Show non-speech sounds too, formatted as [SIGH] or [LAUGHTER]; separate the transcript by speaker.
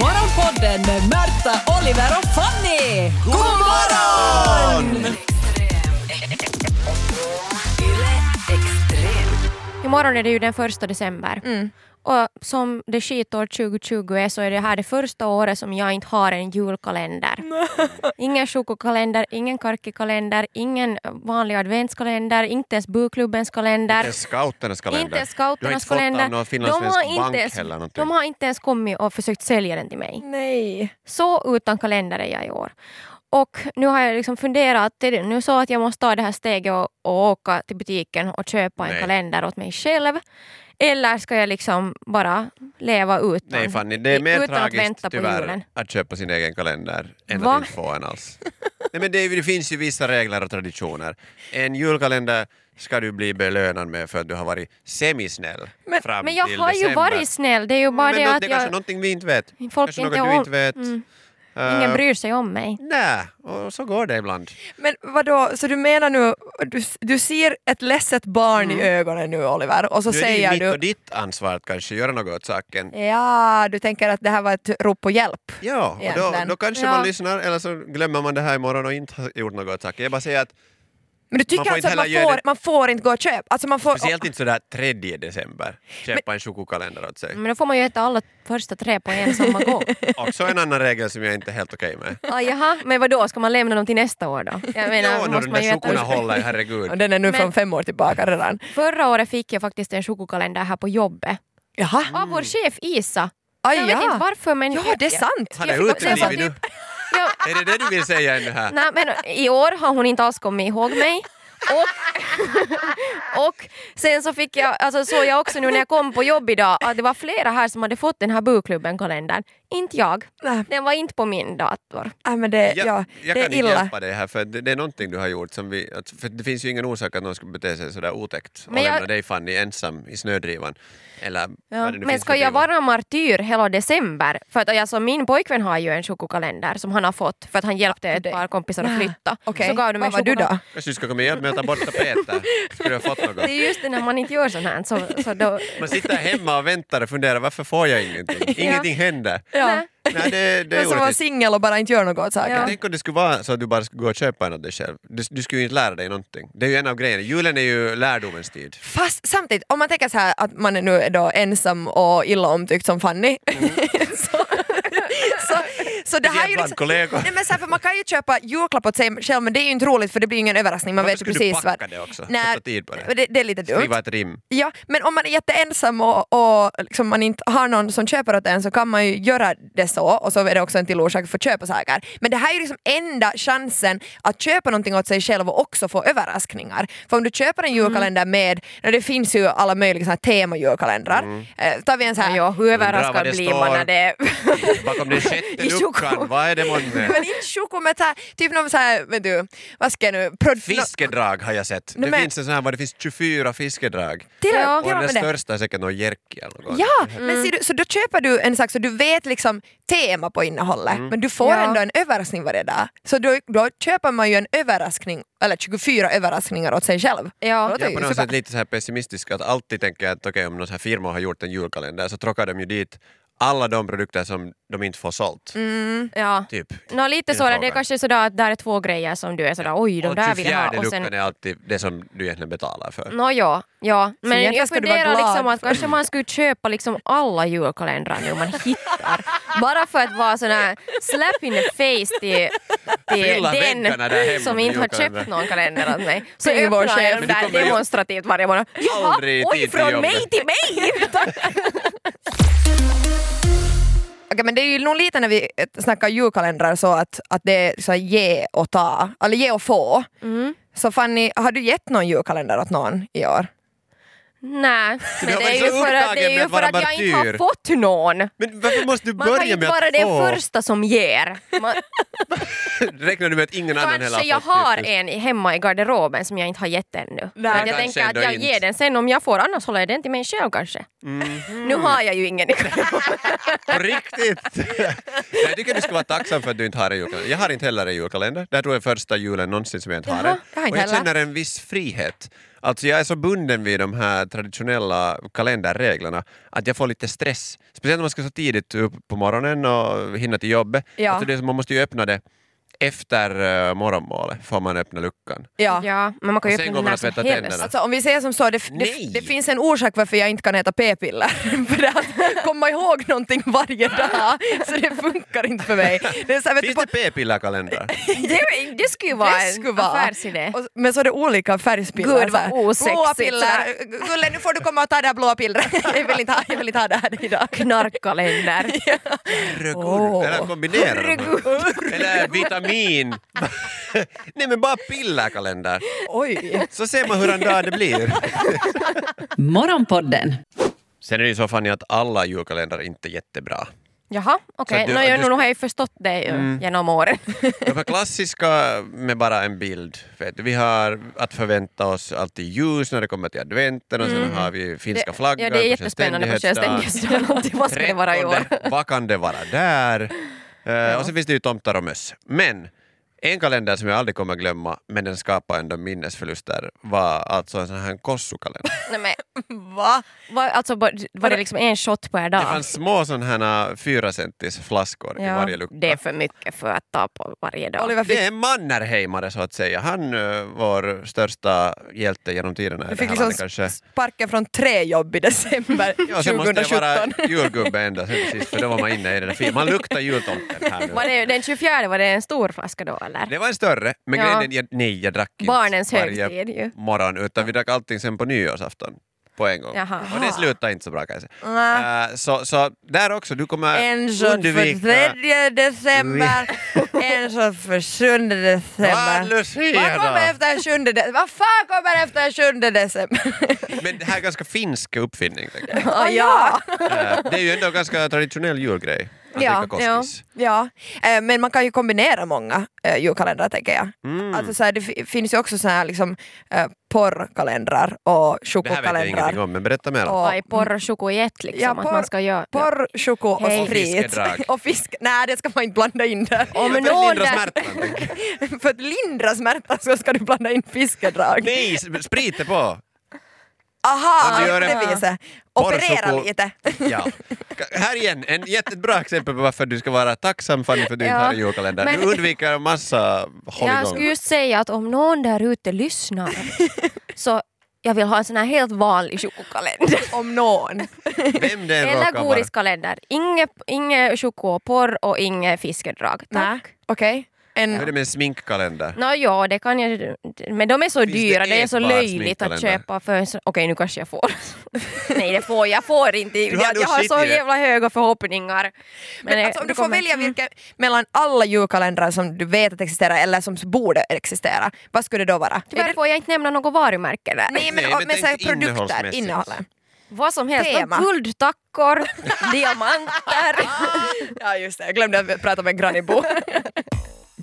Speaker 1: Morgonpodden med Märta, Oliver och Fanny! God morgon!
Speaker 2: Imorgon är det ju den första december. Och som det skitår 2020 är så är det här det första året som jag inte har en julkalender. ingen chokokalender, ingen karkikalender, ingen vanlig adventskalender, inte ens buklubbens kalender.
Speaker 3: Inte ens scouternas kalender.
Speaker 2: Inte ens
Speaker 3: du har inte
Speaker 2: scouternas
Speaker 3: fått
Speaker 2: kalender.
Speaker 3: av någon
Speaker 2: de, har
Speaker 3: finlandssvensk bank
Speaker 2: inte ens,
Speaker 3: heller någonting.
Speaker 2: de har inte ens kommit och försökt sälja den till mig.
Speaker 4: Nej.
Speaker 2: Så utan kalender är jag i år. Och nu har jag liksom funderat, det är nu så att jag måste ta det här steget och, och åka till butiken och köpa en
Speaker 3: Nej.
Speaker 2: kalender åt mig själv. Eller ska jag liksom bara leva utan?
Speaker 3: Nej Fanny, det är mer
Speaker 2: Mm. utan att
Speaker 3: tragiskt
Speaker 2: vänta på julen.
Speaker 3: tyvärr att köpa sin egen kalender än
Speaker 2: Va?
Speaker 3: att inte få en alls. Nej, men det, är- det finns ju vissa regler och traditioner. En julkalender ska du bli belönad med för att du har varit semisnäll
Speaker 4: Men-
Speaker 3: fram
Speaker 2: Men jag
Speaker 3: till
Speaker 2: har ju
Speaker 3: december. Mm,
Speaker 2: varit snäll, det är ju bara
Speaker 3: men
Speaker 2: det
Speaker 3: nå-
Speaker 2: att
Speaker 3: det är kanske
Speaker 2: jag,
Speaker 3: någonting vi inte vet.
Speaker 2: folk
Speaker 3: kanske
Speaker 2: inte
Speaker 3: något du
Speaker 2: om-
Speaker 3: inte vet.
Speaker 2: Mm.
Speaker 3: Eh,
Speaker 2: ingen bryr sig om mig.
Speaker 3: Nej, och så går det ibland.
Speaker 4: Men vadå, så du menar nu, du, du ser ett ledset barn i ögonen nu Oliver och så
Speaker 3: Mm. Nu är det ju
Speaker 4: säger
Speaker 3: mitt och
Speaker 4: du
Speaker 3: ditt ansvar att kanske göra något åt saken.
Speaker 4: Ja, du tänker att det här var ett rop på hjälp.
Speaker 3: Ja, och då,
Speaker 4: Egentligen.
Speaker 3: då kanske
Speaker 2: Ja.
Speaker 3: man lyssnar eller så glömmer man det här imorgon och inte har gjort något åt saken. Jag bara säger att
Speaker 4: Men du
Speaker 3: Man
Speaker 4: tycker
Speaker 3: får
Speaker 4: alltså
Speaker 3: inte
Speaker 4: att man
Speaker 3: heller göra
Speaker 4: får,
Speaker 3: det-
Speaker 4: man får inte gå och köpa? Alltså man får,
Speaker 3: Speciellt inte sådär 3 december, köpa en chokokalender åt sig.
Speaker 2: Men då får man ju äta alla första tre på en samma
Speaker 3: [LAUGHS]
Speaker 2: gång.
Speaker 3: Också en annan regel som jag inte är helt okej med.
Speaker 2: Ah, jaha, men vad då ska man lämna dem till nästa år då? Jag menar,
Speaker 3: Ja, när
Speaker 2: måste
Speaker 3: de
Speaker 2: man ju
Speaker 3: där
Speaker 2: äta
Speaker 3: chokorna håller, herregud.
Speaker 4: och den är nu
Speaker 2: Men-
Speaker 4: från fem år tillbaka redan.
Speaker 2: Förra året fick jag faktiskt en chokokalender här på jobbet.
Speaker 4: Jaha.
Speaker 2: Av vår chef Isa.
Speaker 4: Aj,
Speaker 2: jag vet
Speaker 4: Mm. Ah, ja.
Speaker 2: inte varför men...
Speaker 4: Ja, det är sant!
Speaker 3: Han
Speaker 2: Jag
Speaker 3: är
Speaker 2: fick- jag
Speaker 3: utebliven
Speaker 2: fick-
Speaker 3: nu.
Speaker 2: Ja,
Speaker 3: Är det det du vill säga ännu här?
Speaker 2: nej, men I år har hon inte alls kommit ihåg mig.
Speaker 4: [LAUGHS]
Speaker 2: Och, och sen så fick jag, alltså såg jag också nu när jag kom på jobb idag att det var flera här som hade fått den här bukklubben-kalendern. Inte jag.
Speaker 4: Nej,
Speaker 2: Den var inte på min dator.
Speaker 4: nej, men det,
Speaker 3: Jag,
Speaker 4: ja,
Speaker 3: jag kan
Speaker 4: det är
Speaker 3: inte
Speaker 4: illa.
Speaker 3: hjälpa dig här för det, det är någonting du har gjort som vi... Att, för det finns ju ingen orsak att någon ska bete sig sådär otäckt och
Speaker 2: Men jag-
Speaker 3: lämna dig Fanny ensam i snödrivan. Eller vad det nu
Speaker 2: Men
Speaker 3: finns
Speaker 2: ska
Speaker 3: för
Speaker 2: jag
Speaker 3: driva.
Speaker 2: vara martyr hela december? För att alltså, min pojkvän har ju en chokokalender som han har fått för att han hjälpte ett
Speaker 4: det-
Speaker 2: par kompisar att flytta.
Speaker 4: Okej,
Speaker 2: Så gav de en
Speaker 4: vad var du
Speaker 2: chokokal-
Speaker 4: då?
Speaker 3: Kanske du ska komma och hjälpa mig att ta bort tapeter? Skulle du ha fått något?
Speaker 2: Det är just det när man inte gör sånt här. Så, så
Speaker 4: [LAUGHS]
Speaker 2: då,
Speaker 3: Man sitter hemma och väntar och funderar varför får jag ingenting? Ingenting händer.
Speaker 2: Nej.
Speaker 3: Nej, det, det
Speaker 4: Den
Speaker 3: är
Speaker 4: som var
Speaker 3: orättvist.
Speaker 4: singel och bara inte gör något åt saken.
Speaker 2: Ja.
Speaker 3: Tänk om det skulle vara så att du bara skulle gå och köpa en åt dig själv. Du, du skulle ju inte lära dig någonting. Det är ju en av grejerna. Julen är ju lärdomens tid.
Speaker 4: Fast samtidigt, om man tänker så här att man är nu är då ensam och illa omtyckt som Fanny.
Speaker 3: Mm.
Speaker 4: [LAUGHS] så, så, så det här är ju liksom-
Speaker 3: Speciellt bland kollegor.
Speaker 4: Nej, men så här, för man kan ju köpa julklapp åt sig själv men det är ju inte roligt för det blir ju ingen överraskning. Man
Speaker 3: Varför
Speaker 4: vet ju
Speaker 3: skulle du
Speaker 4: precis
Speaker 3: packa det också?
Speaker 4: Nej,
Speaker 3: Och ta tid på det.
Speaker 4: det. Det är lite dumt.
Speaker 3: Skriva ett rim.
Speaker 4: Ja, men om man är jätteensam och, och liksom man inte har någon som köper åt en så kan man ju göra det så och så är det också en till orsak för att köpa saker. Men det här är ju liksom enda chansen att köpa någonting åt sig själv och också få överraskningar. För om du köper en
Speaker 2: Mm.
Speaker 4: julkalender med, no, det finns ju alla möjliga såna här temajulkalendrar. Eh, tar vi en så här,
Speaker 2: Mm. ja, hur
Speaker 3: Undrar vad
Speaker 2: överraskad
Speaker 3: det
Speaker 2: blir man när
Speaker 3: står. [LAUGHS]
Speaker 2: det...
Speaker 3: Bakom den sjätte
Speaker 2: I
Speaker 3: luckan,
Speaker 2: choklad.
Speaker 3: vad är det månne?
Speaker 4: [LAUGHS] men inte choko men så här, typ någon så här, vet du, vad ska jag nu, prod-
Speaker 3: Fiskedrag har jag sett.
Speaker 4: Nej,
Speaker 3: det
Speaker 4: men-
Speaker 3: finns en sån här var det finns 24 fiskedrag.
Speaker 4: Till,
Speaker 2: Ja.
Speaker 3: Och
Speaker 4: till och
Speaker 3: den
Speaker 4: med det.
Speaker 3: största är säkert någon jerky eller något.
Speaker 4: Ja, men
Speaker 2: Mm.
Speaker 4: ser du, så då köper du en sak så du vet liksom tema på innehållet
Speaker 3: Mm.
Speaker 4: men du får
Speaker 2: Ja.
Speaker 4: ändå en överraskning varje dag. Så då, då köper man ju en överraskning, eller 24 överraskningar åt sig själv.
Speaker 2: Ja.
Speaker 4: Det låter
Speaker 3: Jag är
Speaker 4: ju
Speaker 3: på något
Speaker 4: super.
Speaker 3: sätt lite så här pessimistisk att alltid tänker jag att okej om någon så här firma har gjort en julkalender så tråkar de ju dit alla de produkter som de inte får sålt.
Speaker 2: Mm. ja.
Speaker 3: Typ.
Speaker 2: Nå, lite
Speaker 3: Din
Speaker 2: så, det
Speaker 3: fråga.
Speaker 2: är kanske sådär att där är två grejer som du är sådär oj, de
Speaker 3: och
Speaker 2: där vill jag ha.
Speaker 3: 24
Speaker 2: Och
Speaker 3: luckan
Speaker 2: sen, Mm.
Speaker 3: är alltid det som du egentligen betalar för.
Speaker 2: nå, ja, ja. Men
Speaker 4: egentligen
Speaker 2: jag
Speaker 4: ska du vara
Speaker 2: funderar
Speaker 4: glad
Speaker 2: liksom att
Speaker 4: för-
Speaker 2: kanske man skulle köpa liksom alla julkalendrar nu man
Speaker 4: [LAUGHS]
Speaker 2: hittar. Bara för att vara sån här slap in the face till, till
Speaker 3: Fylla väggarna där
Speaker 2: den
Speaker 3: hemma
Speaker 2: som
Speaker 3: med
Speaker 2: inte har
Speaker 3: julkalendrar.
Speaker 2: köpt någon kalender åt mig. Så
Speaker 4: [LAUGHS] Till vår
Speaker 2: öppnar
Speaker 4: chef.
Speaker 2: jag
Speaker 4: Men
Speaker 2: dem
Speaker 3: du
Speaker 2: där
Speaker 3: kommer ju
Speaker 2: demonstrativt varje månad. Jaha,
Speaker 3: [LAUGHS] aldrig i tid
Speaker 2: oj,
Speaker 3: till
Speaker 2: från
Speaker 3: jobbet.
Speaker 2: mig till mig!
Speaker 4: [LAUGHS] Okej, men det är ju nog lite när vi eh, snackar julkalendrar så att, att det är så här ge och ta, eller ge och få.
Speaker 2: Mm.
Speaker 4: Så Fanny, har du gett någon julkalender åt någon i år?
Speaker 2: Nej, men
Speaker 3: har
Speaker 2: det
Speaker 3: varit
Speaker 2: är
Speaker 3: så
Speaker 2: ju för att, det
Speaker 3: upptagen
Speaker 2: är
Speaker 3: med
Speaker 2: ju för
Speaker 3: att vara
Speaker 2: att jag inte
Speaker 3: martyr.
Speaker 2: har fått någon.
Speaker 3: Men varför måste du
Speaker 2: Man kan
Speaker 3: börja
Speaker 2: inte
Speaker 3: med
Speaker 2: vara
Speaker 3: att få?
Speaker 2: den
Speaker 3: [LAUGHS]
Speaker 2: första som ger. Man,
Speaker 3: Räknar du med att ingen annan heller
Speaker 2: kanske jag
Speaker 3: fått
Speaker 2: har
Speaker 3: det?
Speaker 2: en i- hemma i garderoben som jag inte har gett ännu. Men jag
Speaker 3: kanske
Speaker 2: tänker att
Speaker 3: ändå
Speaker 2: jag
Speaker 3: inte.
Speaker 2: ger den sen om jag får, annars håller jag den till mig själv kanske.
Speaker 3: Mm.
Speaker 4: Mm.
Speaker 2: Nu har jag ju
Speaker 4: [LAUGHS]
Speaker 2: ingen i garderoben.
Speaker 3: På [LAUGHS] riktigt? jag tycker du ska vara tacksam för att du inte har en julkalender. Jag har inte heller en julkalender. Det här tror jag är första julen någonsin som jag inte har en.
Speaker 4: jag har inte
Speaker 3: Och jag
Speaker 4: heller.
Speaker 3: känner en viss frihet. Alltså jag är så bunden vid de här traditionella kalenderreglerna att jag får lite stress. Speciellt om man ska så tidigt upp på morgonen och hinna till jobbet.
Speaker 4: Ja.
Speaker 3: Alltså det är som, man måste ju öppna det efter uh, morgonmålet, får man öppna luckan.
Speaker 4: Ja.
Speaker 2: Ja, men man kan ju
Speaker 3: Och sen
Speaker 2: öppna
Speaker 3: går man
Speaker 2: när
Speaker 3: att
Speaker 2: som
Speaker 3: tvätta
Speaker 2: helst.
Speaker 3: tänderna.
Speaker 4: Alltså om vi säger som så, det, det,
Speaker 3: Nej.
Speaker 4: det finns en orsak varför jag inte kan äta p-piller. [LAUGHS] för det är att komma ihåg någonting varje dag, så det funkar inte för mig. Det, är så här, vet du,
Speaker 3: Finns
Speaker 4: på,
Speaker 3: det p-pillerkalendrar?
Speaker 2: [LAUGHS] Det, det skulle ju vara
Speaker 4: Det skulle
Speaker 2: en
Speaker 4: vara.
Speaker 2: affärsidé.
Speaker 4: och, men så är det olika färgspiller.
Speaker 2: Gud, vad
Speaker 4: så här,
Speaker 2: osexigt,
Speaker 4: Blåa
Speaker 2: så
Speaker 4: piller,
Speaker 2: här.
Speaker 4: Gulle nu får du komma och ta det här blåa pillret. [LAUGHS] jag, vill inte ha, jag vill inte ha det här idag. [LAUGHS]
Speaker 2: Knarkkalender.
Speaker 3: Herregud,
Speaker 4: Åh.
Speaker 3: eller kombinera de här. Eller vitamin. [LAUGHS] Nej men bara pillerkalender.
Speaker 4: Oj.
Speaker 3: Så ser man hur en dag det blir.
Speaker 1: Morgonpodden
Speaker 3: Sen är det ju så Fanny att alla julkalendrar inte är jättebra.
Speaker 2: Jaha, okej.
Speaker 3: Så du-
Speaker 2: Nå, jag-
Speaker 3: du- Mm.
Speaker 2: Nu har jag ju förstått det ju genom åren.
Speaker 3: De här klassiska med bara en bild. Vet du, vi har att förvänta oss alltid ljus när det kommer till adventen och sen har vi finska flaggan
Speaker 2: [LAUGHS] ja, Mm. det är
Speaker 3: på
Speaker 2: jättespännande på självständighetsdagen. [LAUGHS] Vad ska det vara i år?
Speaker 3: [LAUGHS] Trettonde, Vad kan det vara där? Eh, Och sen finns det ju tomtar och möss. Men en kalender som jag aldrig kommer glömma, men den skapar ändå minnesförluster, var alltså en sån här kossukalender.
Speaker 2: Nej, men,
Speaker 4: Va?
Speaker 2: var, alltså, var, var det liksom en shot per dag?
Speaker 3: Det fanns små sån här fyra centis flaskor i varje lucka.
Speaker 2: Det är för mycket för att ta på varje dag.
Speaker 4: Oliver fick,
Speaker 3: Det är en mannerheimare så att säga. Han, eh, vår största hjälte genom tiderna i
Speaker 4: du
Speaker 3: det
Speaker 4: fick
Speaker 3: här
Speaker 4: liksom
Speaker 3: landet kanske.
Speaker 4: sparken från tre jobb i december
Speaker 3: Ja, sen måste det
Speaker 4: 2017.
Speaker 3: vara [LAUGHS] julgubbe ända sen sist, för då var man inne i den där filmen. Man luktar jultomten här
Speaker 2: [LAUGHS] Var
Speaker 3: nu.
Speaker 2: det, den 24 var det en stor flaska då eller?
Speaker 3: Det var en större, men
Speaker 2: Ja.
Speaker 3: grejen är, jag, nej jag drack inte
Speaker 2: Barnens
Speaker 3: varje
Speaker 2: högtid ju.
Speaker 3: morgon, utan vi drack allting sen på nyårsafton. På en gång.
Speaker 2: Jaha.
Speaker 3: Och det slutade inte så bra kanske.
Speaker 4: Nej.
Speaker 3: Eh, så, så där också, du kommer
Speaker 4: En shot för
Speaker 3: undvika...
Speaker 4: tredje december, en shot för sjunde
Speaker 3: Vad
Speaker 4: december. Vad kommer
Speaker 3: Lucia då?
Speaker 4: efter sjunde december? Vad fan kommer efter sjunde december?
Speaker 3: Men det här är ganska finsk uppfinning. tänker jag.
Speaker 4: Ah, [LAUGHS] ja.
Speaker 3: Eh, det är ju ändå en ganska traditionell julgrej. Att
Speaker 4: Ja,
Speaker 3: dricka kostis.
Speaker 4: ja. Eh, Men man kan ju kombinera många eh, julkalendrar tänker jag.
Speaker 3: Mm.
Speaker 4: Alltså, så här, det fi- finns ju också så här, liksom, eh, porrkalendrar och
Speaker 3: Det här vet jag ingenting
Speaker 4: chokokalendrar.
Speaker 3: om, men berätta mer.
Speaker 4: Och-
Speaker 2: Vad är porr och chokojet liksom?
Speaker 4: Ja,
Speaker 2: att
Speaker 4: porr-
Speaker 2: man ska göra...
Speaker 4: Porr, choko och
Speaker 2: Hej.
Speaker 4: sprit.
Speaker 3: Fiskedrag.
Speaker 4: [LAUGHS] och fisk. Nej, det ska man inte blanda in där.
Speaker 2: Om
Speaker 3: För att
Speaker 2: någon
Speaker 3: lindra
Speaker 2: där-
Speaker 3: smärtan. tänker jag.
Speaker 4: [LAUGHS] För att lindra smärtan så ska du blanda in fiskedrag.
Speaker 3: Nej, s- sprit är på!
Speaker 4: Aha,
Speaker 3: Om du
Speaker 4: på
Speaker 3: gör
Speaker 4: det
Speaker 3: en-
Speaker 4: viset.
Speaker 3: Porr,
Speaker 4: Operera
Speaker 3: choko-
Speaker 4: lite. [LAUGHS]
Speaker 3: Ja. Ka- Här igen, en jättebra exempel på varför du ska vara tacksam Fanny för att du inte
Speaker 2: Ja,
Speaker 3: har en julkalender.
Speaker 2: men-
Speaker 3: Du undviker en massa
Speaker 2: Jag skulle
Speaker 3: hålligång.
Speaker 2: just säga att om någon där ute
Speaker 4: [LAUGHS]
Speaker 2: lyssnar så jag vill ha en sån här helt vanlig chokokalender.
Speaker 4: [LAUGHS] Om någon.
Speaker 3: Vem det än
Speaker 2: Eller
Speaker 3: råkar vara.
Speaker 2: godiskalender. Inget inge choko och porr och inget fiskedrag.
Speaker 4: Nä,
Speaker 2: Tack.
Speaker 4: Okej. En
Speaker 3: Hur är det med en sminkkalender?
Speaker 2: Nå ja, det kan jag. Men de är så
Speaker 3: Finns det
Speaker 2: dyra, det är så
Speaker 3: ätbara
Speaker 2: löjligt att
Speaker 3: sminkkalender?
Speaker 2: köpa för en sån- Okej, nu kanske jag får. [LAUGHS] Nej, det får jag. får inte.
Speaker 3: har
Speaker 2: Jag,
Speaker 3: nog
Speaker 2: jag har
Speaker 3: skit
Speaker 2: så
Speaker 3: i det.
Speaker 2: jävla höga förhoppningar.
Speaker 4: Men
Speaker 2: eh,
Speaker 4: alltså, om
Speaker 2: det
Speaker 4: du får
Speaker 2: kommer-
Speaker 4: välja vilken, mellan alla julkalendrar som du vet att existerar eller som borde existera, vad skulle det då vara? Är
Speaker 2: Tyvärr
Speaker 4: det-
Speaker 2: får jag inte nämna något varumärke där.
Speaker 4: Nej men,
Speaker 3: Nej,
Speaker 4: och-
Speaker 3: men
Speaker 4: men så här,
Speaker 3: tänk
Speaker 4: produkter,
Speaker 3: innehållsmässigt.
Speaker 4: [LAUGHS] innehållet.
Speaker 2: Vad som helst.
Speaker 4: Tema.
Speaker 2: Guldtackor, [LAUGHS] diamanter.
Speaker 4: [LAUGHS] Ah, Ja just det, jag glömde att prata med Grannibo. [LAUGHS]